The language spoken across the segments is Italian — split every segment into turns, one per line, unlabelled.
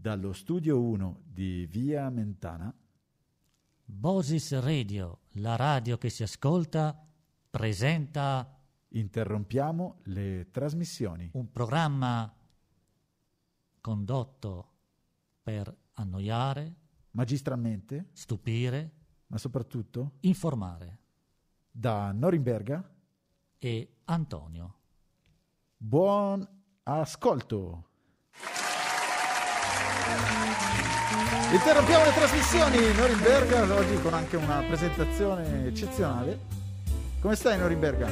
Dallo studio 1 di Via Mentana,
Bosis Radio, la radio che si ascolta, presenta
interrompiamo le trasmissioni.
un programma condotto per annoiare,
Magistralmente,
stupire,
ma soprattutto
informare.
da Norimberga,
E Antonio.
buon ascolto! Interrompiamo le trasmissioni, Norimberga, oggi con anche una presentazione eccezionale. Come stai Norimberga?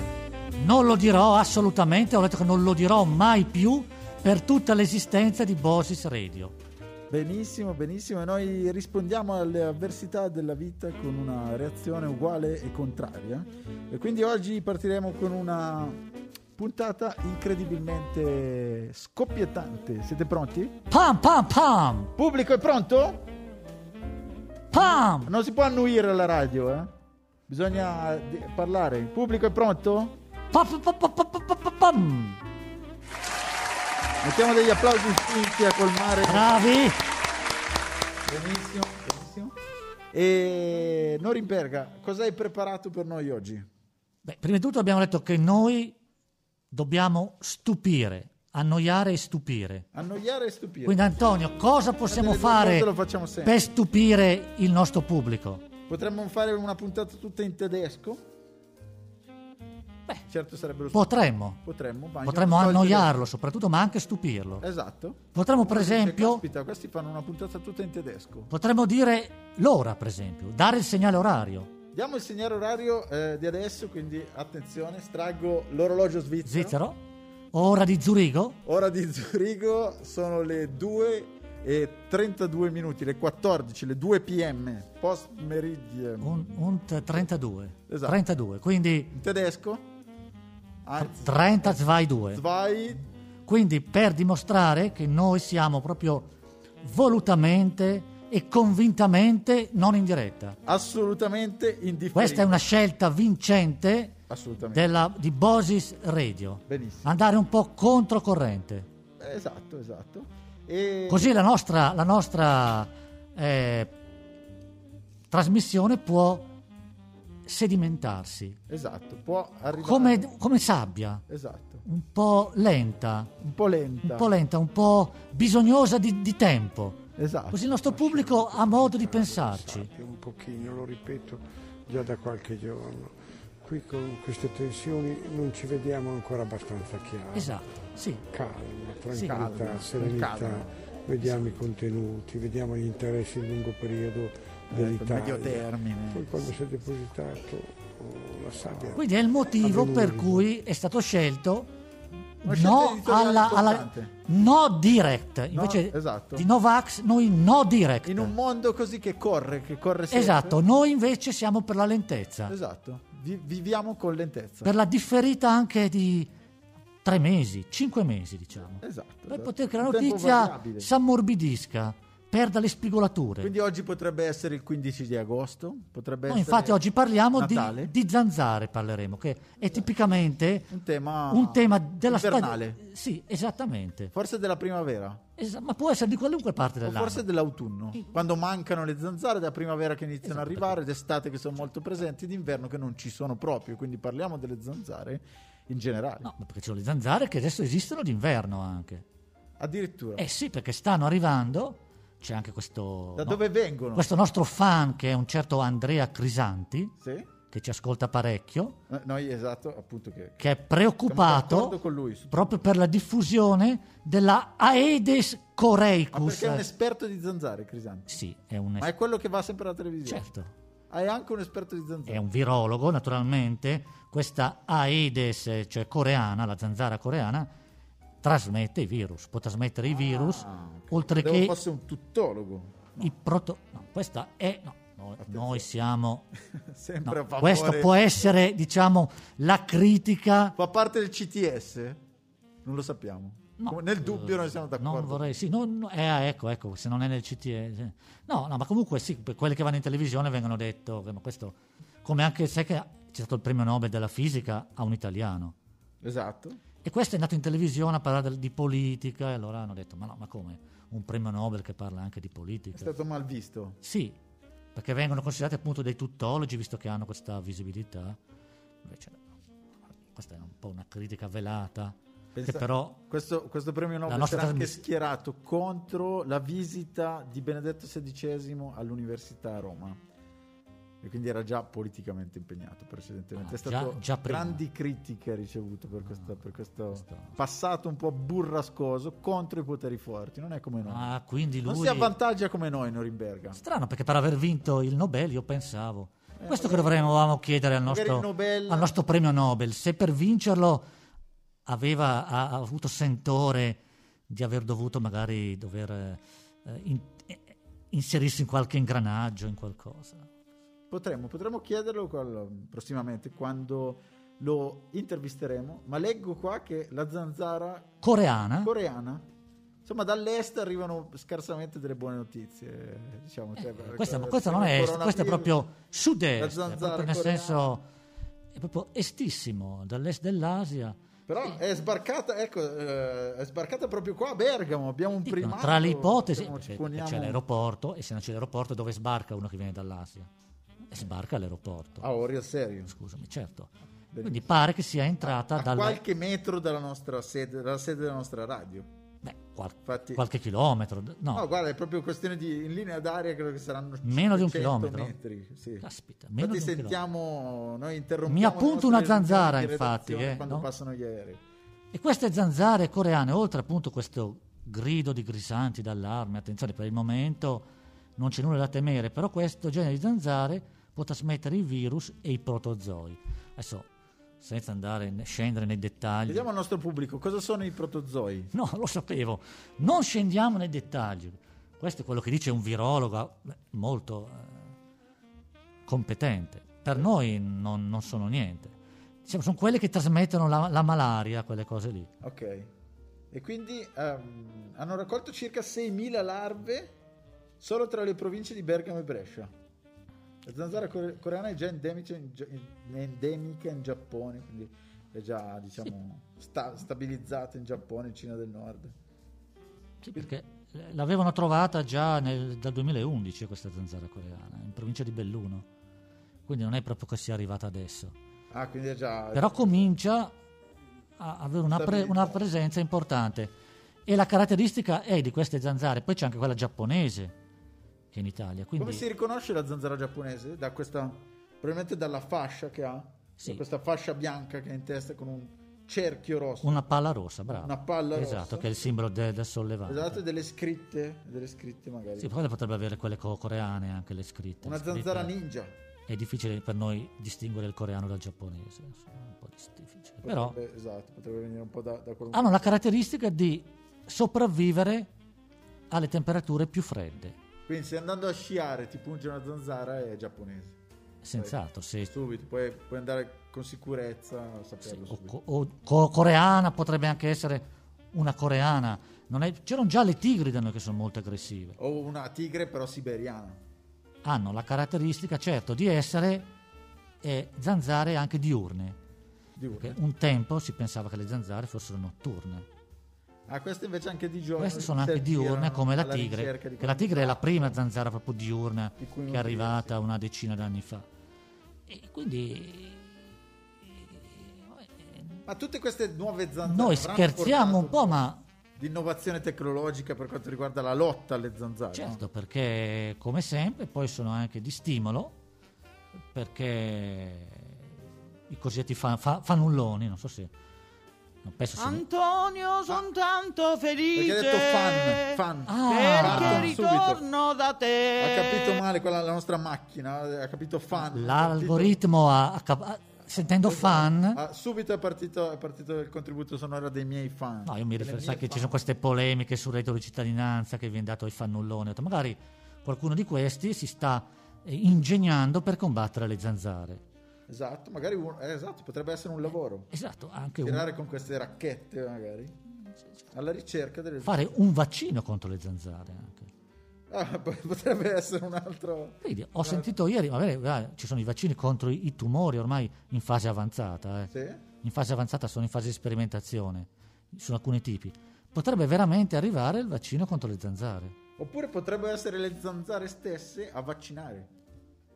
Non lo dirò assolutamente, ho detto che non lo dirò mai più per tutta l'esistenza di Bosis Radio.
Benissimo, benissimo, e noi rispondiamo alle avversità della vita con una reazione uguale e contraria. E quindi oggi partiremo con una puntata incredibilmente scoppiettante. Siete pronti?
Pam pam pam!
Pubblico è pronto?
Pam!
Non si può annuire alla radio, eh? Bisogna di- parlare. Il pubblico è pronto?
Pa, pa, pa, pa, pa, pa, pa, pa, pam!
Mettiamo degli applausi spinti a colmare.
Bravi!
Benissimo, benissimo. E Norimberga, cosa hai preparato per noi oggi?
Beh, prima di tutto abbiamo detto che noi dobbiamo stupire, annoiare e stupire.
Annoiare e stupire.
Quindi Antonio, cosa possiamo
delle due
fare
volte lo facciamo sempre.
per stupire il nostro pubblico?
Potremmo fare una puntata tutta in tedesco?
Beh.
certo sarebbero
Potremmo,
potremmo, ma
potremmo
andiamo solo in
annoiarlo soprattutto, ma anche stupirlo.
tedesco. Esatto.
Potremmo per
Uno dice,
esempio
Caspita, questi fanno una puntata tutta in tedesco.
Potremmo dire l'ora, per esempio, dare il segnale orario.
Diamo il segnale orario eh, di adesso, quindi attenzione, straggo l'orologio svizzero.
Svizzero, ora di Zurigo,
Ora di Zurigo sono le 2 e 32 minuti, le 14, le 2 pm, post meridian.
un, un t- 32.
Esatto.
32, quindi
In tedesco? Anzi,
30 2.
zwei
Quindi per dimostrare che noi siamo proprio volutamente e convintamente non in diretta.
assolutamente indifferenti.
Questa è una scelta vincente
Assolutamente.
della- di Bosis Radio.
Benissimo.
Andare un po' controcorrente.
Esatto, esatto. E
Ah. Così la nostra, la nostra, eh, trasmissione può sedimentarsi
Esatto, può arrivare
come, come sabbia,
Esatto.
un po' lenta,
Un po' lenta.
un po' lenta, un po' bisognosa di, di tempo.
Esatto.
Così il nostro pubblico ha modo di pensarci.
Sappia un pochino, lo ripeto già da qualche giorno. Qui con queste tensioni non ci vediamo ancora abbastanza chiaro.
Esatto, sì.
Calma,
Sì.
tranquillità,
Calma,
serenità,
calma.
vediamo i contenuti, vediamo gli interessi di lungo periodo dell'Italia.
Ecco, Esatto, medio termine.
Poi quando si è depositato oh, la sabbia.
Quindi è il motivo
Avvenire.
per cui è stato scelto
Una eh. scelta
no
editoriale
alla, alla-
importante.
no direct invece
esatto.
di Novax noi no direct
In un mondo così che corre, che corre sempre.
Esatto, noi invece siamo per la lentezza,
Esatto. Vi- viviamo con lentezza.
per la differita anche di tre mesi, cinque mesi diciamo,
Esatto.
per
esatto.
poter che la
Un tempo
notizia
variabile.
s'ammorbidisca, perda le spigolature.
Quindi oggi potrebbe essere il 15 di agosto, potrebbe
Noi
essere
infatti oggi parliamo di,
Natale. Esatto.
di zanzare, parleremo, che è tipicamente
un tema
un tema della
invernale.
stagione. Sì, esattamente,
Forse della primavera.
Esa- ma può essere di qualunque parte
O
dell'anno.
forse dell'autunno, quando mancano le zanzare, da primavera che iniziano ad
Esatto,
arrivare, d'estate che sono molto presenti, d'inverno che non ci sono proprio. Quindi parliamo delle zanzare in generale.
No, ma perché ci sono le zanzare che adesso esistono d'inverno anche.
Addirittura,
Eh sì, perché stanno arrivando, c'è anche questo...
da
no,
dove vengono?
questo nostro fan che è un certo Andrea Crisanti,
Sì?
che ci ascolta parecchio,
Eh, Noi, esatto, appunto che...
che è
Siamo
preoccupato
d'accordo con lui su-
proprio per la diffusione della Aedes
Ma
coreicus.
perché è un esperto di zanzare, Crisanti?
sì, è un
Ma è quello che va sempre alla televisione.
certo,
Ah, È anche un esperto di zanzare.
è un virologo naturalmente, questa Aedes, eh, cioè coreana, la zanzara coreana, trasmette i virus, può trasmettere i virus,
Ah, ok.
oltre
Credevo
che
fosse un tuttologo.
i proto... No, questa è... no, no, noi siamo... no,
Sempre a favore.
questo può essere, diciamo, la critica
Fa parte del CTS? Non lo sappiamo.
No,
Come- nel dubbio
eh,
non siamo d'accordo.
Non vorrei, sì, no, no, eh, ah, ecco, ecco, se non è nel CTS. No, no, ma comunque sì, per quelli che vanno in televisione vengono detto, che- ma questo, come anche sai che c'è stato il premio Nobel della fisica a un italiano.
Esatto.
E questo è andato in televisione a parlare del- di politica e allora hanno detto, ma no, ma come? Un premio Nobel che parla anche di
È
politica?
stato mal visto.
Sì, perché vengono considerati appunto dei tuttologi visto che hanno questa visibilità. Invece, no. questa è un po' una critica velata.
Pensa-
Che però
Questo, questo premio Nobel
nostra
sarà anche
trasmiss-
schierato contro la visita di Benedetto XVI all'università a Roma. E quindi era già politicamente impegnato precedentemente.
Ah,
È
già-
stato
già prima. Ah,
grandi critiche ha ricevuto per, questa- per questo
questo-
passato un po' burrascoso contro i poteri forti. Non è come noi.
Ah, quindi
Non
lui.
si avvantaggia come noi Norimberga.
Strano, perché per aver vinto il Nobel io pensavo. Questo che dovremmo chiedere al
Eh, magari
nostro,
il Nobel-
al nostro premio Nobel, se per vincerlo aveva ha- ha avuto sentore di aver dovuto magari dover eh, in- eh, inserirsi in qualche ingranaggio, in qualcosa.
Potremmo, potremmo chiederlo qual- prossimamente quando lo intervisteremo. Ma leggo qua che la zanzara
Coreana?
coreana. Insomma, dall'est arrivano scarsamente delle buone notizie. Diciamo, cioè,
Eh,
per-
questa,
per-
questa
per
non
il
è est, questo è
coronavirus.
proprio sud-est,
La
è proprio
zanzara
nel
coreana.
senso è proprio estissimo, dall'est dell'Asia.
Però è sbarcata, ecco, eh, è sbarcata proprio qua a Bergamo. Abbiamo un
Dicono,
primato.
tra le ipotesi,
diciamo, ci
perché
poniamo-
c'è l'aeroporto, e se non c'è l'aeroporto, dove sbarca uno che viene dall'Asia? E sbarca all'aeroporto.
Ah, ora serio.
Scusami, certo. Quindi pare che sia entrata
A
dalla-
qualche metro dalla nostra sede, dalla sede della nostra radio.
beh, qual-
Infatti-
qualche chilometro. d- No,
No, guarda, è proprio questione di in linea d'aria credo che saranno
Meno di un
500
chilometro?
metri, sì.
caspita, meno
Infatti
di un
sentiamo, noi interrompiamo
Mi
le nostre
appunto una
lezioni di
zanzara,
redazione
infatti, eh,
quando
no?
passano gli aerei.
chilometro. E queste zanzare coreane, oltre appunto questo grido di grisanti d'allarme, attenzione, per il momento non c'è nulla da temere, però questo genere di zanzare può trasmettere i virus e i protozoi. Adesso, senza andare scendere nei dettagli.
Chiediamo al nostro pubblico cosa sono i protozoi.
No, lo sapevo. Non scendiamo nei dettagli. Questo è quello che dice un virologo eh, molto eh, competente. Per noi non, non sono niente. Diciamo, sono quelle che trasmettono la, la malaria, quelle cose lì.
Ok. E quindi ehm, hanno raccolto circa 6.000 larve solo tra le province di Bergamo e Brescia. La zanzara core- coreana è già endemica in, Gia- in- endemica in Giappone, quindi è già diciamo sta- stabilizzata in Giappone, in Cina del Nord.
Sì, perché eh, l'avevano trovata già nel- dal 2011 questa zanzara coreana, in provincia di Belluno. Quindi non è proprio che sia arrivata adesso.
Ah, quindi è già...
però comincia a avere una, pre-
Stabilità.
una presenza importante. E la caratteristica è di queste zanzare, poi c'è anche quella giapponese che è in Italia. Quindi
Come si riconosce la zanzara giapponese? Da questa, probabilmente dalla fascia che ha,
Sì.
da questa fascia bianca che ha in testa con un cerchio rosso.
una palla rossa, bravo.
Una palla
esatto,
rossa.
che è il simbolo de- del sollevante.
Esatto, e delle scritte, delle scritte magari.
Sì, poi potrebbe avere quelle co- coreane anche le scritte.
Una
Le scritte-
zanzara ninja.
È difficile per noi distinguere il coreano dal giapponese, insomma, un po' difficile. Però
Potrebbe- esatto, potrebbe venire un po' da, da qualunque-
hanno la caratteristica di sopravvivere alle temperature più fredde.
Quindi se andando a sciare ti punge una zanzara è giapponese.
Senz'altro, se
Subito, puoi, puoi andare con sicurezza a saperlo
o,
subito.
co- o co- coreana potrebbe anche essere una coreana. Non è- c'erano già le tigri da noi che sono molto aggressive.
O una tigre però siberiana.
Hanno la caratteristica, certo, di essere eh, zanzare anche diurne.
Diurne.
Perché un tempo si pensava che le zanzare fossero notturne.
Ah, queste invece anche di giorno.
Queste sono anche
serviranno
diurne come la
Certo, alla
tigre,
ricerca di
che la tigre è la prima zanzara proprio diurna
Di cui
che è
nutrirsi.
arrivata una decina d'anni fa. E quindi eh,
Ma tutte queste nuove zanzare.
noi
avranno
scherziamo un
portato
po', ma
Di innovazione tecnologica per quanto riguarda la lotta alle zanzare.
Certo, perché come sempre poi sono anche di stimolo, perché i cosiddetti fa- fa- fanulloni, non so se... Non penso se...
Antonio, son tanto
Ah. Perché
felice.
ha detto fan, fan.
Ah.
Perché
Partono
ritorno da te.
Ha capito male quella la nostra macchina, ha capito fan.
L'algoritmo eh? ha, ha cap- ha- sentendo fan...
Ah, subito è partito, è partito il contributo sonoro dei miei fan.
No, io mi
Delle
riferisco sai
mie
che ci sono queste polemiche sul reddito di cittadinanza che viene dato ai fannulloni. Ho detto, magari qualcuno di questi si sta eh, ingegnando per combattere le zanzare.
fan. Esatto, magari uno- eh, esatto, potrebbe essere un lavoro.
Esatto, anche un-
Tirare con queste racchette magari. Alla ricerca delle
fare un vaccino contro le zanzare anche.
Ah, p- potrebbe essere un altro...
Vedi, ho sentito ieri, vabbè, guarda, ci sono i vaccini contro i i tumori ormai in fase avanzata, eh.
Sì?
in in fase avanzata sono in fase di sperimentazione, su alcuni tipi, potrebbe veramente arrivare il vaccino contro le zanzare.
Oppure potrebbero essere le zanzare stesse a vaccinare.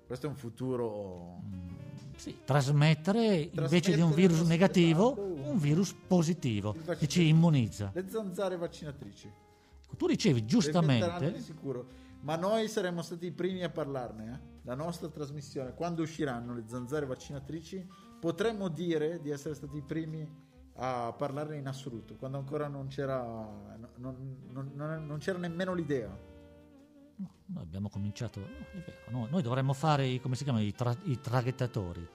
Questo è un futuro.
Mm. Sì, trasmettere invece di un
Trasmettere
virus
lo
negativo
stesso.
un virus positivo
Il vaccino.
che ci immunizza.
Le zanzare vaccinatrici.
Tu dicevi
Le metteranno di
giustamente,
sicuro. Ma noi saremmo stati i primi a parlarne. eh. La nostra trasmissione, quando usciranno le zanzare vaccinatrici, potremmo dire di essere stati i primi a parlarne in assoluto, quando ancora non c'era, non- non- non- non c'era nemmeno l'idea.
noi abbiamo cominciato, è vero, noi, noi dovremmo fare i, come si chiamano, i, tra- i traghettatori,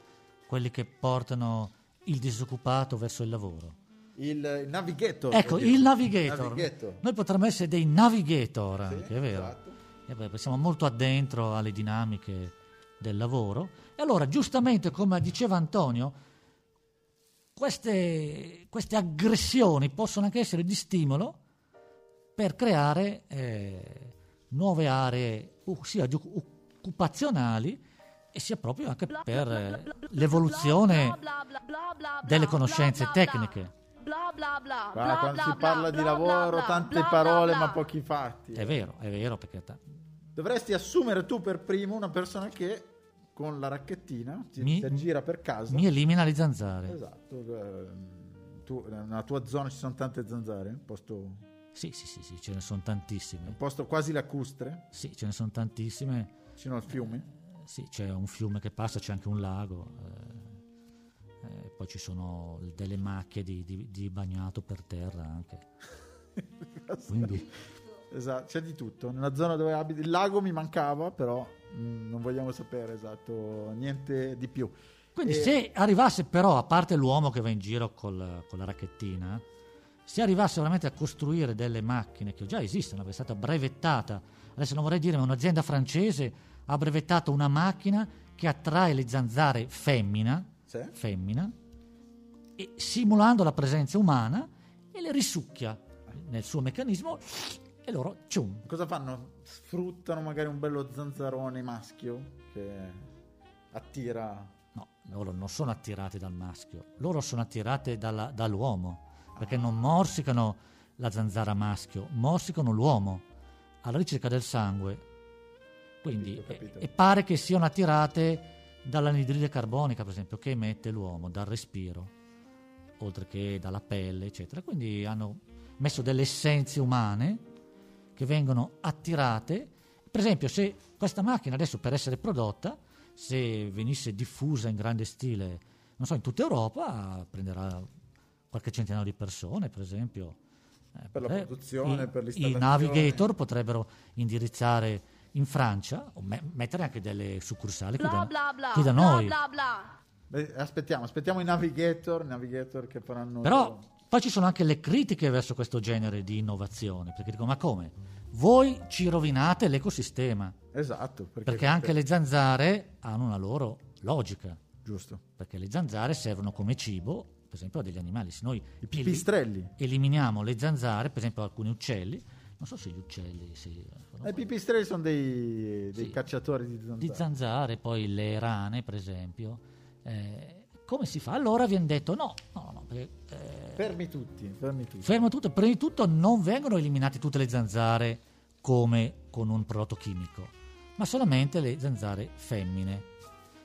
quelli che portano il disoccupato verso il lavoro.
Il navigator.
Ecco,
oddio.
il navigator.
Navigator.
Noi potremmo essere dei navigator,
Sì,
anche, è vero.
esatto.
Eh beh, siamo molto addentro alle dinamiche del lavoro. E allora, giustamente, come diceva Antonio, queste, queste aggressioni possono anche essere di stimolo per creare eh, nuove aree uh, sia di occu- occupazionali e sia proprio anche per eh, l'evoluzione delle conoscenze tecniche.
Guarda, quando si parla di lavoro, tante parole ma pochi fatti.
È vero, è vero, perché ta-
Dovresti assumere tu per primo una persona che con la racchettina ti,
Mi-
ti gira per casa.
mi elimina le zanzare.
Esatto. ehm, Tu, nella tua zona ci sono tante zanzare, un posto, un
Sì, sì, sì, sì, ce ne sono tantissime.
posto quasi lacustre,
Sì, ce ne sono tantissime. Eh,
vicino al fiume.
Sì, c'è un fiume che passa, c'è anche un lago. eh, eh, poi ci sono delle macchie di, di- di bagnato per terra anche. Quindi,
Esatto, c'è di tutto. Nella zona dove abiti, il lago mi mancava, però mm, non vogliamo sapere esatto, niente di più.
quindi
E-
se arrivasse però, a parte l'uomo che va in giro col- con la racchettina, se arrivasse veramente a costruire delle macchine che già esistono, è stata brevettata, adesso non vorrei dire, ma un'azienda francese ha brevettato una macchina che attrae le zanzare femmina,
Sì?
femmina e simulando la presenza umana e le risucchia nel suo meccanismo e loro cium.
Cosa fanno? Sfruttano magari un bello zanzarone maschio che attira.
No, loro non sono attirate dal maschio, loro sono attirate dalla- dall'uomo, perché non morsicano la zanzara maschio, morsicano l'uomo alla ricerca del sangue. Quindi, eh,
Capito, capito.
E, e pare che siano attirate dall'anidride carbonica, per esempio, che emette l'uomo dal respiro, oltre che dalla pelle, eccetera. Quindi hanno messo delle essenze umane che vengono attirate. Per esempio, se questa macchina adesso per essere prodotta, se venisse diffusa in grande stile, non so, in tutta Europa, prenderà qualche centinaio di persone, per esempio. Eh,
Per la
potre-
produzione,
i-
per
I
l'installazione.
navigator potrebbero indirizzare in Francia o me- mettere anche delle succursali qui da, qui da noi.
Beh, aspettiamo, aspettiamo i navigator, i navigator che faranno.
Però poi ci sono anche le critiche verso questo genere di innovazione, perché dico, ma come? Voi ci rovinate l'ecosistema.
Esatto, perché,
Perché anche le zanzare hanno una loro logica,
Giusto.
perché le zanzare servono come cibo, per esempio, a degli animali. Se noi
I
eli-
pipistrelli.
eliminiamo le zanzare, per esempio alcuni uccelli, non so se gli uccelli... se-
Eh, I pipistrelli sono dei, dei
Sì.
cacciatori di zanzare.
di zanzare, poi le rane, per esempio. Eh, come si fa? Allora viene detto no, no, no, perché, eh,
fermi tutti, fermi tutti.
fermo tutto, prima di tutto non vengono eliminate tutte le zanzare come con un prodotto chimico, ma solamente le zanzare femmine.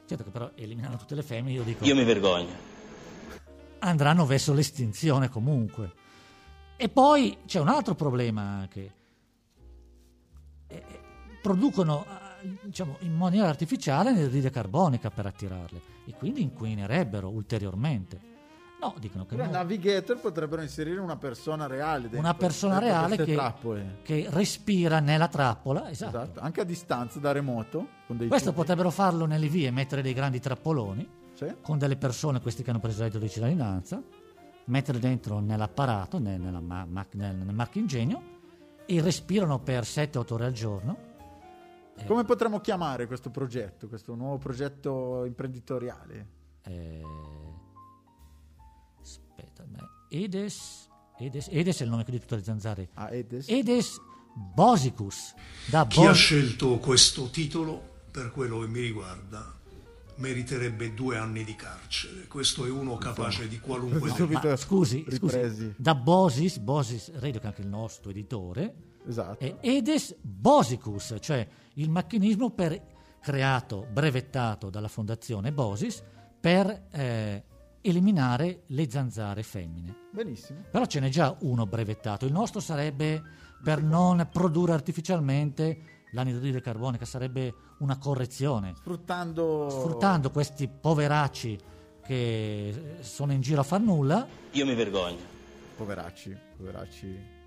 Certo che però eliminano tutte le femmine, io dico...
Io mi vergogno.
andranno verso l'estinzione comunque. E poi c'è un altro problema anche. Eh, eh, Producono eh, diciamo, in maniera artificiale anidride carbonica per attirarle e quindi inquinerebbero ulteriormente. No, dicono che
Però i
no.
navigator potrebbero inserire una persona reale dentro,
una persona
dentro
reale
queste
che,
trappole.
che respira nella trappola. Esatto.
Esatto, anche a distanza, da remoto. Con dei
Questo
tubi.
potrebbero farlo nelle vie, mettere dei grandi trappoloni
Sì.
con delle persone, questi che hanno preso il reddito di cittadinanza, mettere dentro nell'apparato, nel, nella ma- ma- nel, nel marchingegno e respirano per 7-8 ore al giorno. Eh.
Come potremmo chiamare questo progetto, questo nuovo progetto imprenditoriale?
Eh, aspetta, ma Edes, Edes, Edes è il nome che di tutte le zanzare.
Ah, Edes?
Edes Bosicus, da
Chi ha
Bos-
scelto questo titolo, per quello che mi riguarda,
meriterebbe due anni di carcere. Questo è uno capace di qualunque
Questo-
delitto.
Ma, scusi,
ripresi.
scusi, da Bosis, Bosis Radio che è anche il nostro editore,
Esatto.
è Edes Bosicus, cioè il macchinismo per- creato, brevettato dalla fondazione Bosis per eh, eliminare le zanzare femmine.
Benissimo.
Però ce n'è già uno brevettato, il nostro sarebbe per non produrre artificialmente l'anidride carbonica, sarebbe una correzione
Sfruttando...
sfruttando questi poveracci che eh, sono in giro a far nulla,
Io mi vergogno.
Poveracci, poveracci...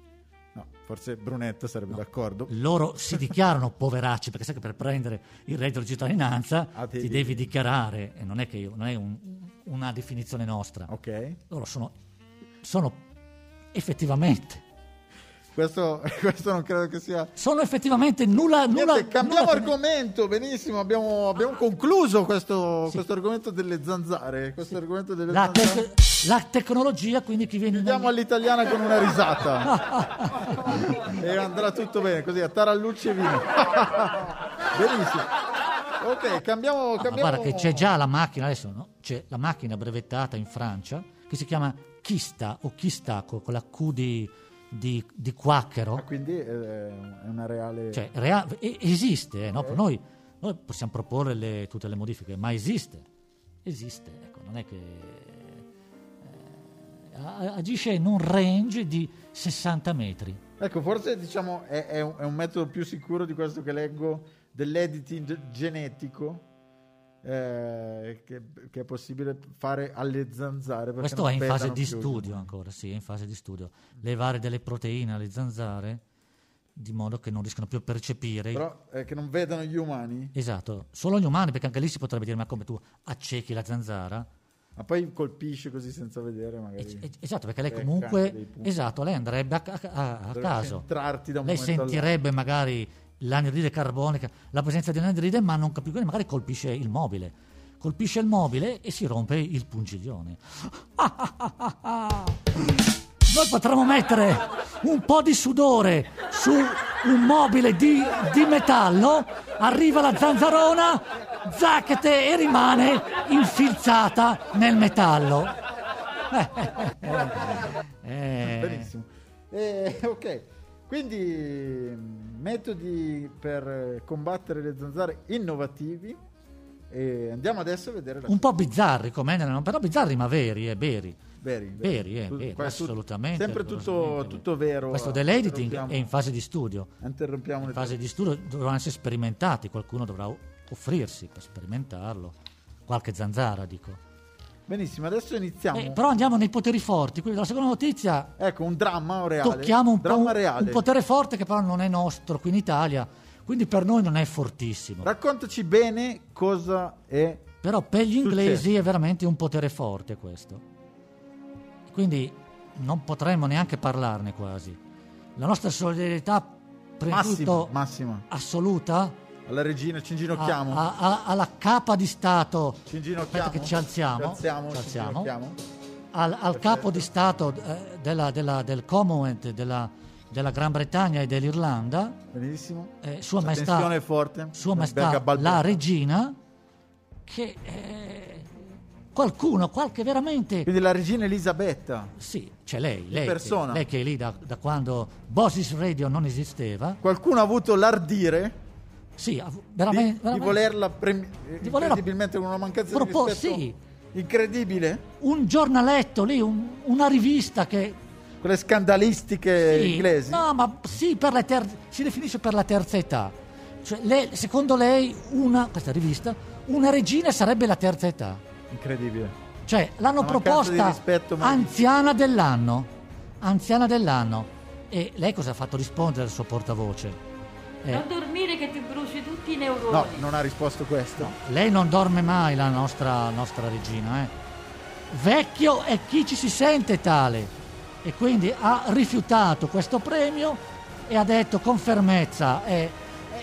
No, forse Brunetta sarebbe d'accordo.
loro si dichiarano poveracci perché sai che per prendere il reddito di cittadinanza
Ah, ti
ti
devi-
devi dichiarare e non è che io- non è un- una definizione nostra.
Ok.
Loro sono, sono effettivamente
Questo, questo non credo che sia...
sono effettivamente nulla nulla
Niente, cambiamo
nulla-
argomento, benissimo, abbiamo, abbiamo concluso questo,
Sì.
questo argomento delle zanzare. Questo argomento delle
la,
zanzare.
tec- la tecnologia, quindi chi viene in-
Chiudiamo all'italiana con una risata e andrà tutto bene così a tarallucci e vino. Benissimo. Ok, cambiamo.
Ah, ma
cambiamo...
guarda che c'è già la macchina adesso, no? C'è la macchina brevettata in Francia che si chiama Chista o Chistaco con la Q di, di, di
Ah,
quacchero.
quindi eh, è una reale.
Cioè, rea- e- esiste, eh, no? noi, noi possiamo proporre le- tutte le modifiche, ma esiste. Esiste, ecco, non è che... eh, a- agisce in un range di 60 metri.
Ecco, forse diciamo è, è un, è un metodo più sicuro di questo che leggo dell'editing genetico. eh, che, che è possibile fare alle zanzare perché
Questo
non
è in fase
petano
di
più.
studio ancora, sì, è in fase di studio. Levare delle proteine alle zanzare di modo che non riescano più a percepire il
però eh, che non vedano gli umani
Esatto, solo gli umani, perché anche lì si potrebbe dire: ma come tu accechi la zanzara?
ma poi colpisce così senza vedere magari
Es- es- esatto, perché lei
Becca dei
comunque.
punti.
Esatto, lei andrebbe a, ca- a- a
Deve
caso.
centrarti da un
Lei
momento
sentirebbe magari l'anidride carbonica, la presenza di anidride, ma non capisce, magari colpisce il mobile. Colpisce il mobile e si rompe il pungiglione. Noi potremmo mettere un po' di sudore su un mobile di, di metallo, arriva la zanzarona, zacchete e rimane infilzata nel metallo. Eh, eh, eh, eh.
Benissimo. Eh, ok, quindi mm, metodi per eh, combattere le zanzare innovativi. E andiamo adesso a vedere la
Un po' bizzarri come nella- però bizzarri ma veri, eh, veri.
Veri,
Veri, eh,
Tu-
veri,
qua è tut-
assolutamente.
Sempre tutto,
assolutamente.
tutto vero.
Questo dell'editing
Interrompiamo-
è in fase di studio.
Interrompiamo
In
le
fase di studio dovranno essere sperimentati, qualcuno dovrà o- offrirsi per sperimentarlo. Qualche zanzara, dico.
Benissimo, adesso iniziamo.
Eh, però andiamo nei poteri forti, quindi la seconda notizia
Ecco, un dramma reale.
tocchiamo un, po'
dramma
un-
reale.
un potere forte che però non è nostro qui in Italia, quindi per noi non è fortissimo.
Raccontaci bene cosa è.
Però per gli inglesi
Successo.
è veramente un potere forte questo. Quindi non potremmo neanche parlarne quasi. La nostra solidarietà, prima di
Massima,
tutto,
massima.
assoluta
Alla regina ci
a-
inginocchiamo.
a- a- alla capa di Stato,
Ci inginocchiamo.
Ah, aspetta che ci alziamo,
Ci alziamo.
ci
ci
alziamo.
inginocchiamo.
al, al capo di Stato eh, della- della- del Commonwealth, della, della Gran Bretagna e dell'Irlanda,
Benissimo.
eh, Sua
La
Maestà...
tensione è forte.
Sua
Becca
Maestà
Balbetta.
la regina che eh, qualcuno, qualche veramente...
Quindi la regina Elisabetta.
Sì, c'è lei, lei,
persona.
Che, lei che è lì da, da quando Bosis Radio non esisteva.
Qualcuno ha avuto l'ardire
Sì, ha-
di,
Ah, veramente...
di
veramente-
volerla premi- eh,
Di volerla
incredibilmente con una mancanza
propos-
di rispetto
sì.
incredibile.
Un giornaletto lì, un- una rivista che...
Quelle scandalistiche
sì,
inglesi.
No, ma sì, per la ter- si definisce per la terza età. Cioè, lei- secondo lei, una, questa rivista, una regina sarebbe la terza età.
Incredibile.
Cioè, l'hanno
Una mancanza di
proposta
rispetto, ma-
anziana dell'anno. Anziana dell'anno. E lei cosa ha fatto rispondere al suo portavoce? Eh,
Non dormire che ti bruci tutti i neuroni.
No, non ha risposto questo.
lei non dorme mai, la nostra, nostra regina. eh. Vecchio è chi ci si sente tale. E quindi ha rifiutato questo premio e ha detto con fermezza. eh, eh,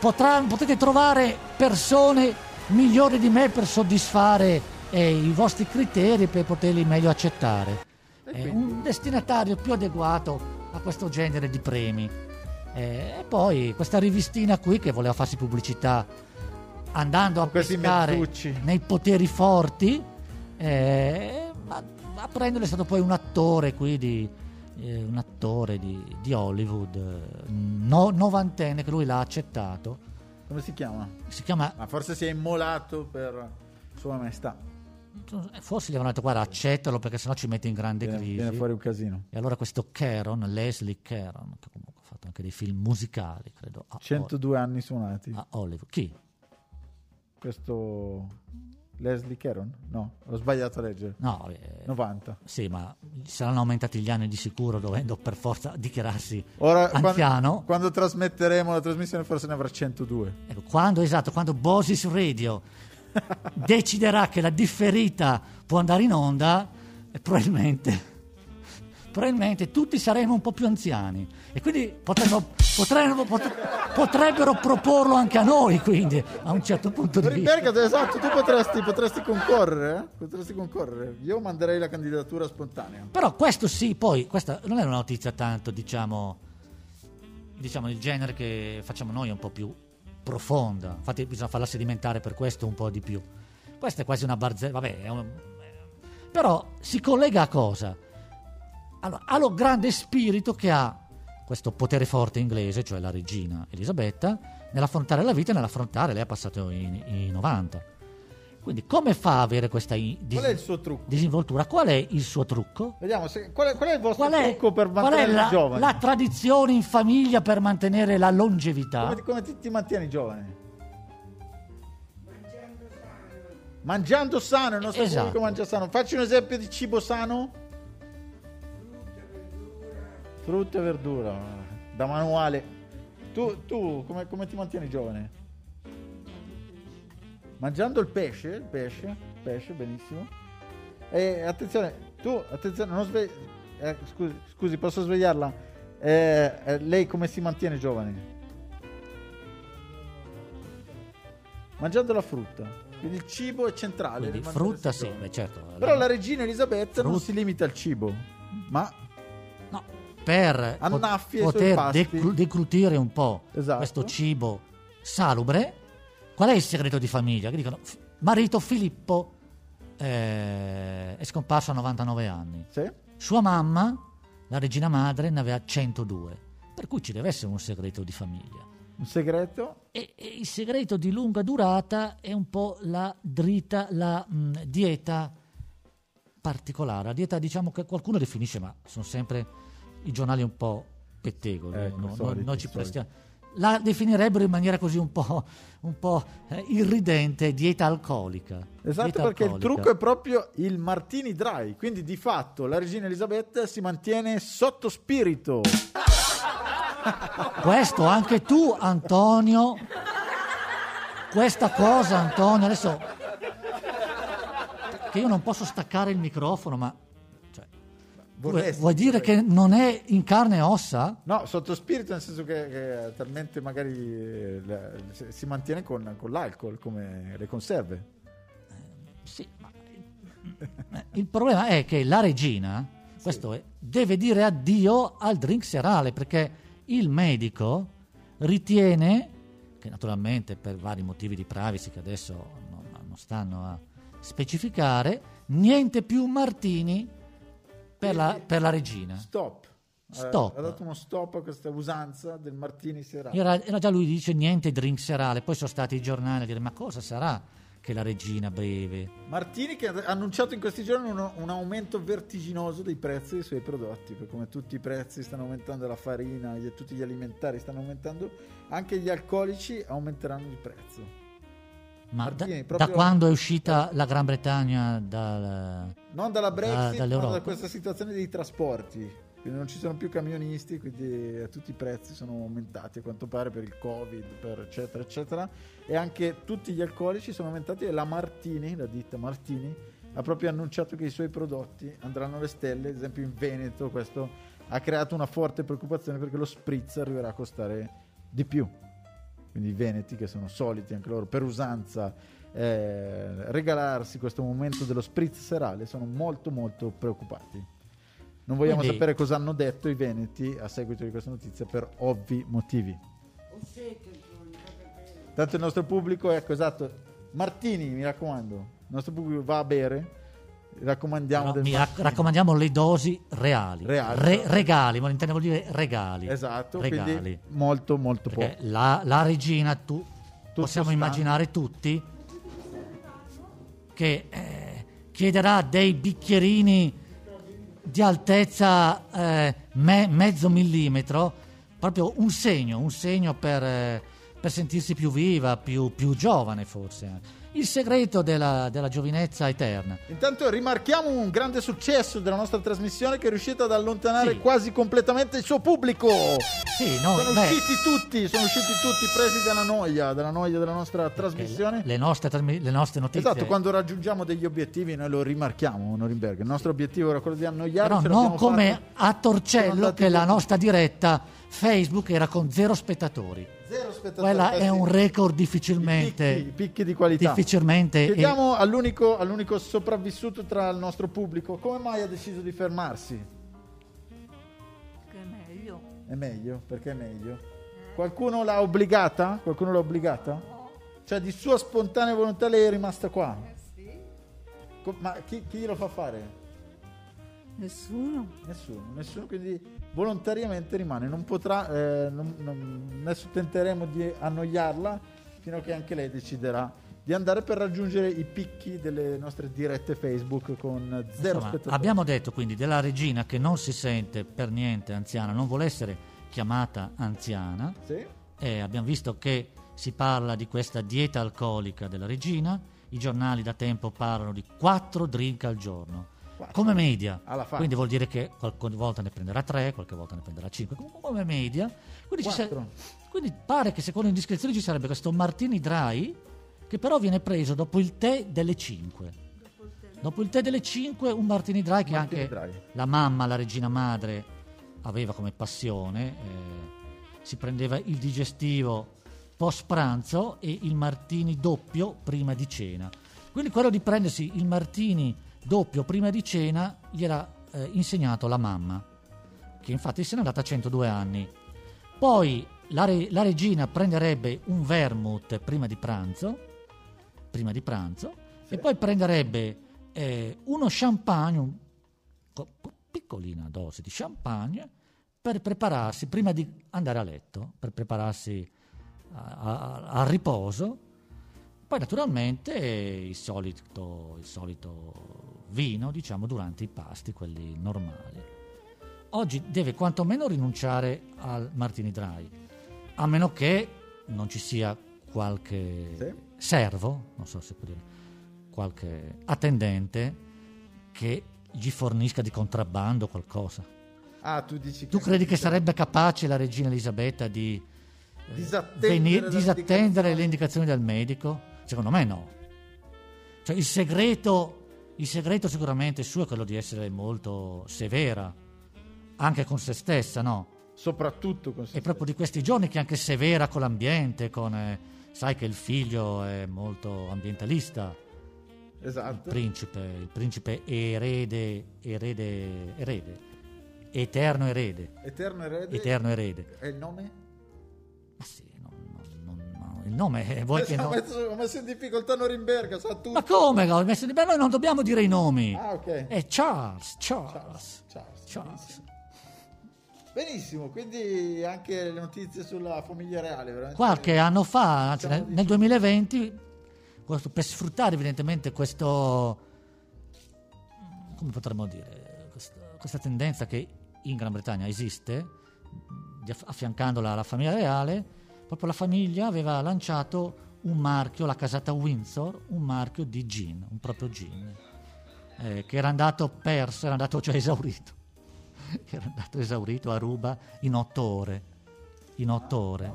potrà- potete trovare persone migliori di me per soddisfare eh, i vostri criteri per poterli meglio accettare. Eh, un destinatario più adeguato a questo genere di premi. Eh, E poi questa rivistina qui che voleva farsi pubblicità andando a
Questi
pescare
mezzucci.
nei poteri forti, eh, ma a prenderlo è stato poi un attore qui di, eh, un attore di, di Hollywood, eh, no- novantenne che lui l'ha accettato.
Come si chiama?
Si chiama,
Ma forse si è immolato per Sua Maestà.
forse gli avevano detto guarda accettalo perché sennò ci metti in grande
Viene,
crisi.
viene fuori un casino.
E allora questo Caron, Leslie Caron, che comunque ha fatto anche dei film musicali, credo, a, Hol-
102 anni suonati.
a Hollywood. Chi?
Questo Leslie Caron? No, ho sbagliato a leggere.
No, eh,
90.
sì, ma saranno aumentati gli anni di sicuro dovendo per forza dichiararsi
Ora, quando-
anziano.
Quando, trasmetteremo la trasmissione forse ne avrà 102.
Ecco, quando, esatto, quando Bosis Radio deciderà che la differita può andare in onda, eh, probabilmente, probabilmente tutti saremo un po' più anziani e quindi potremmo- potremmo- pot- potrebbero proporlo anche a noi, quindi, a un certo punto di vista.
Riccardo, esatto, tu potresti, potresti concorrere, eh? potresti concorrere. Io manderei la candidatura spontanea.
Però questo sì, poi questa non è una notizia tanto, diciamo, diciamo il genere che facciamo noi è un po' più profonda, infatti bisogna farla sedimentare per questo un po' di più. Questa è quasi una barzelletta, vabbè, è un- eh, però si collega a cosa? Allora, allo grande spirito che ha questo potere forte inglese, cioè la regina Elisabetta, nell'affrontare la vita e nell'affrontare, lei ha passato i, i 90. Quindi come fa a avere questa i- dis-
Qual è il suo trucco?
disinvoltura? Qual è il suo trucco?
Vediamo, se- qual, è, qual è il vostro
Qual è,
trucco per
qual è
mantenere i
la,
giovani?
la tradizione in famiglia per mantenere la longevità?
Come, ti, come ti, ti mantieni giovane? Mangiando sano, il nostro
Esatto.
pubblico mangia sano. Facci un esempio di cibo sano. Frutta e verdura. Da manuale. Tu, tu come, come ti mantieni giovane? Mangiando il pesce, il pesce, il pesce, benissimo. E attenzione, tu, attenzione, non svegli... eh, scusi, scusi, posso svegliarla? Eh, eh, lei come si mantiene giovane? mangiando la frutta. Quindi il cibo è centrale.
Quindi
nel
frutta
mangiare
sì,
il
beh,
cibo.
certo.
Però la regina Elisabetta non
Frutta.
si limita al cibo, ma
No, per pot-
Annaffia i suoi
poter
pasti.
decru- decrutire un po'
Esatto.
questo cibo salubre, qual è il segreto di famiglia? Che dicono, "F- marito Filippo eh, è scomparso a 99 anni.
sì,
Sua mamma, la regina madre, ne aveva 102. Per cui ci deve essere un segreto di famiglia.
un segreto.
E, e il segreto di lunga durata è un po' la drita, la mh, dieta particolare, la dieta diciamo che qualcuno definisce, ma sono sempre i giornali un po' pettegoli,
Ecco,
no?
solito,
noi, noi ci
solito.
prestiamo. La definirebbero in maniera così un po', un po', eh, irridente, dieta alcolica.
Esatto,
Dieta
perché il
alcolica.
trucco è proprio il martini dry. Quindi di fatto la regina Elisabetta si mantiene sotto spirito.
Questo anche tu, Antonio. Questa cosa, Antonio, adesso. Che io non posso staccare il microfono, ma. cioè, vuoi,
Vorresti,
vuoi dire
vorresti.
che non è in carne e ossa?
No, sotto spirito nel senso che, che è talmente magari eh, la- si- si mantiene con, con l'alcol, come le conserve.
Sì, ma. Il problema è che la regina, questo è, deve dire addio al drink serale perché il medico ritiene che naturalmente per vari motivi di privacy che adesso non, non stanno a specificare, niente più martini per la, per la regina.
Stop. Ha-
Eh. Stop.
Ha, dato uno stop a questa usanza del martini serale.
Era, era già lui dice niente drink serale, poi sono stati i giornali a dire ma cosa sarà che la regina beve?
Martini che ha annunciato in questi giorni un, un aumento vertiginoso dei prezzi dei suoi prodotti, per come tutti i prezzi stanno aumentando, la farina, gli- tutti gli alimentari stanno aumentando, anche gli alcolici aumenteranno di prezzo.
Ma da,
Martini,
da
proprio-
quando è uscita la Gran Bretagna dal...
Non dalla Brexit, ma
dall'Europa.
da questa situazione dei trasporti. Quindi non ci sono più camionisti, quindi eh, tutti i prezzi sono aumentati a quanto pare per il Covid, per eccetera, eccetera. E anche tutti gli alcolici sono aumentati e la Martini, la ditta Martini, ha proprio annunciato che i suoi prodotti andranno alle stelle, ad esempio in Veneto questo ha creato una forte preoccupazione perché lo spritz arriverà a costare di più. Quindi i veneti che sono soliti anche loro per usanza eh, regalarsi questo momento dello spritz serale sono molto molto preoccupati. Non vogliamo
Quindi-
sapere cosa hanno detto i veneti a seguito di questa notizia per ovvi motivi. Tanto il nostro pubblico, ecco esatto. Martini, mi raccomando, il nostro pubblico va a bere. Raccomandiamo
Però
del
mi rac-
Martini.
raccomandiamo le dosi reali,
Reali.
Re- regali, ma l'intendiamo dire regali.
Esatto,
regali.
quindi molto molto
Perché
poco.
la, la regina, tu, possiamo
sta-
immaginare tutti che eh, chiederà dei bicchierini di altezza eh, me- mezzo millimetro, proprio un segno, un segno per, eh, per sentirsi più viva, più, più giovane forse. Il segreto della, della giovinezza eterna.
Intanto rimarchiamo un grande successo della nostra trasmissione che è riuscita ad allontanare
Sì.
quasi completamente il suo pubblico.
Sì, no,
sono
beh,
usciti tutti, sono usciti tutti presi dalla noia, dalla noia della nostra trasmissione.
Eh, le nostre, trasmi- le nostre notizie.
Esatto, quando raggiungiamo degli obiettivi noi lo rimarchiamo, Norimberga. Il nostro obiettivo era quello di annoiarci.
Però
ce
non
l'abbiamo
come
fatta.
a
Sono
Torcello
andati
che la
tutti.
nostra diretta Facebook era con zero spettatori.
Zero spettatori.
Quella è un
Sì.
record difficilmente
I picchi, i picchi di qualità.
Difficilmente
Chiediamo all'unico, all'unico sopravvissuto tra il nostro pubblico come mai ha deciso di fermarsi.
Che è meglio.
È meglio, perché è meglio. Qualcuno l'ha obbligata? Qualcuno l'ha obbligata? Cioè di sua spontanea volontà lei è rimasta qua? Co- Ma chi, chi glielo fa fare?
Nessuno?
Nessuno, nessuno, quindi volontariamente rimane, non potrà, eh, non- non- adesso tenteremo di annoiarla fino a che anche lei deciderà di andare per raggiungere i picchi delle nostre dirette Facebook con zero
Insomma,
spettatori.
abbiamo detto quindi della regina che non si sente per niente anziana, non vuole essere chiamata anziana.
Sì?
Eh, abbiamo visto che si parla di questa dieta alcolica della regina, i giornali da tempo parlano di 4 drink al giorno,
Quattro.
come media,
Alla fame.
quindi vuol dire che qualche volta ne prenderà 3, qualche volta ne prenderà 5, comunque come media. Quindi, ci sa-
Quattro.
quindi pare che secondo indiscrezioni ci sarebbe questo martini dry che però viene preso dopo il tè delle 5. Dopo il tè delle 5 un martini dry che
Martini
anche
dry.
la mamma, la regina madre, aveva come passione, eh, si prendeva il digestivo post pranzo e il martini doppio prima di cena. Quindi quello di prendersi il martini doppio prima di cena gli era eh, insegnato la mamma, che infatti se n'è andata a 102 anni. Poi la, re- la regina prenderebbe un vermouth prima di pranzo, prima di pranzo, e poi prenderebbe eh, uno champagne, un co- piccolina dose di champagne, per prepararsi, prima di andare a letto, per prepararsi a- a- al riposo. Poi naturalmente eh, il solito, il solito vino, diciamo, durante i pasti, quelli normali oggi deve quantomeno rinunciare al Martini Dry, a meno che non ci sia qualche
Sì.
servo, non so se può dire, qualche attendente che gli fornisca di contrabbando qualcosa.
Ah, tu dici
Tu
che-
credi che sarebbe capace la regina Elisabetta di eh,
Disattendere
venir-
le
disattendere
indicazioni?
le indicazioni del medico? Secondo me no. Cioè il segreto, il segreto sicuramente suo è quello di essere molto severa, anche con se stessa, no?
soprattutto con
È proprio di questi giorni che è anche severa con l'ambiente, con... eh, sai che il figlio è molto ambientalista, il
Esatto.
principe, il principe erede, erede, erede, eterno erede,
Eterno erede.
eterno erede.
È il nome?
Ma sì, no, no, no, no, il nome è- vuoi che
ho,
no?
messo, ho messo in difficoltà Norimberga, sa tutto.
Ma Eh, come? no? Ho messo di- Beh, noi non dobbiamo dire i nomi.
Ah, ok.
È Charles, Charles,
Charles, Charles,
Charles.
Benissimo, quindi anche le notizie sulla famiglia reale, veramente.
Qualche anno fa, anzi, nel,
di-
nel 2020, questo- per sfruttare evidentemente questo... come potremmo dire, questo- questa tendenza che in Gran Bretagna esiste, di aff- affiancandola alla famiglia reale, proprio la famiglia aveva lanciato un marchio, la casata Windsor, un marchio di gin, un proprio gin, eh, che era andato perso, era andato cioè esaurito, che era andato esaurito a Ruba in otto ore, in otto ore.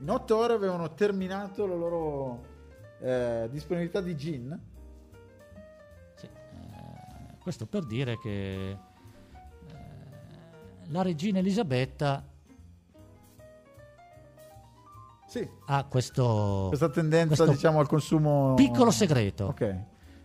In otto ore avevano terminato la loro eh, disponibilità di gin.
Sì, eh, questo per dire che eh, la regina Elisabetta
Sì,
ha questo
questa tendenza
questo
diciamo al consumo...
piccolo segreto.
Ok.